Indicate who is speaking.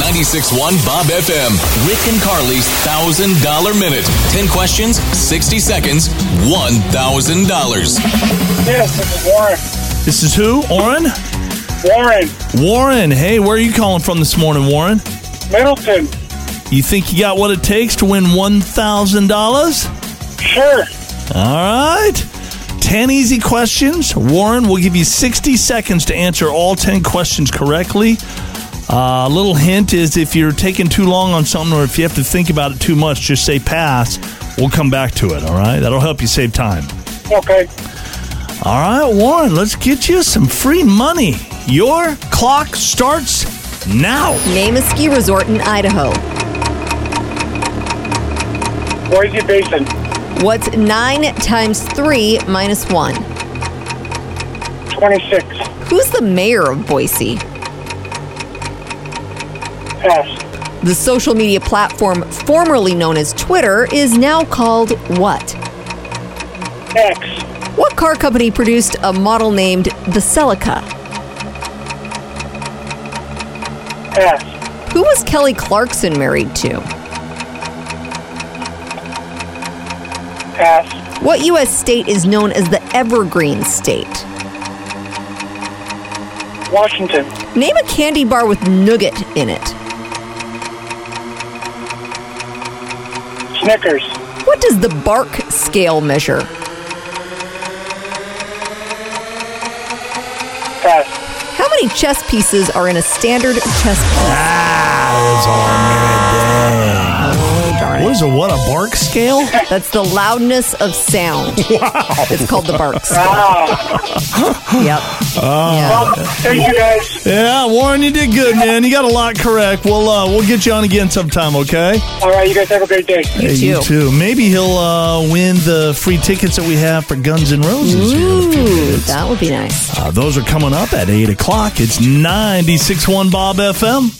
Speaker 1: 961 Bob FM. Rick and Carly's $1,000 minute. 10 questions, 60 seconds, $1,000.
Speaker 2: Yes, this is Warren.
Speaker 3: This is who? Oren?
Speaker 2: Warren,
Speaker 3: Warren. Hey, where are you calling from this morning, Warren?
Speaker 2: Middleton.
Speaker 3: You think you got what it takes to win $1,000?
Speaker 2: Sure.
Speaker 3: All right. 10 easy questions. Warren will give you 60 seconds to answer all 10 questions correctly. Uh, A little hint is if you're taking too long on something or if you have to think about it too much, just say pass. We'll come back to it, all right? That'll help you save time.
Speaker 2: Okay.
Speaker 3: All right, Warren, let's get you some free money. Your clock starts now.
Speaker 4: Name a ski resort in Idaho.
Speaker 2: Boise Basin.
Speaker 4: What's 9 times 3 minus 1?
Speaker 2: 26.
Speaker 4: Who's the mayor of Boise?
Speaker 2: Pass.
Speaker 4: The social media platform formerly known as Twitter is now called what?
Speaker 2: X.
Speaker 4: What car company produced a model named the Celica?
Speaker 2: Pass.
Speaker 4: Who was Kelly Clarkson married to?
Speaker 2: Pass.
Speaker 4: What U.S. state is known as the Evergreen State?
Speaker 2: Washington.
Speaker 4: Name a candy bar with nougat in it.
Speaker 2: Snickers.
Speaker 4: What does the bark scale measure?
Speaker 2: Pass.
Speaker 4: How many chess pieces are in a standard chess piece?
Speaker 3: What is a what a bark scale?
Speaker 4: That's the loudness of sound. Wow. It's called the bark scale.
Speaker 2: Ah.
Speaker 4: Yep.
Speaker 2: Well, thank you guys.
Speaker 3: yeah, Warren, you did good, man. You got a lot correct. We'll uh, we'll get you on again sometime, okay?
Speaker 2: All right, you guys have a great day.
Speaker 3: You, hey, you
Speaker 4: too.
Speaker 3: too. Maybe he'll uh, win the free tickets that we have for Guns N' Roses.
Speaker 4: Mm-hmm.
Speaker 3: here in a few
Speaker 4: Ooh,
Speaker 3: minutes.
Speaker 4: that would be nice.
Speaker 3: Uh, those are coming up at 8 o'clock. It's 96.1 Bob FM.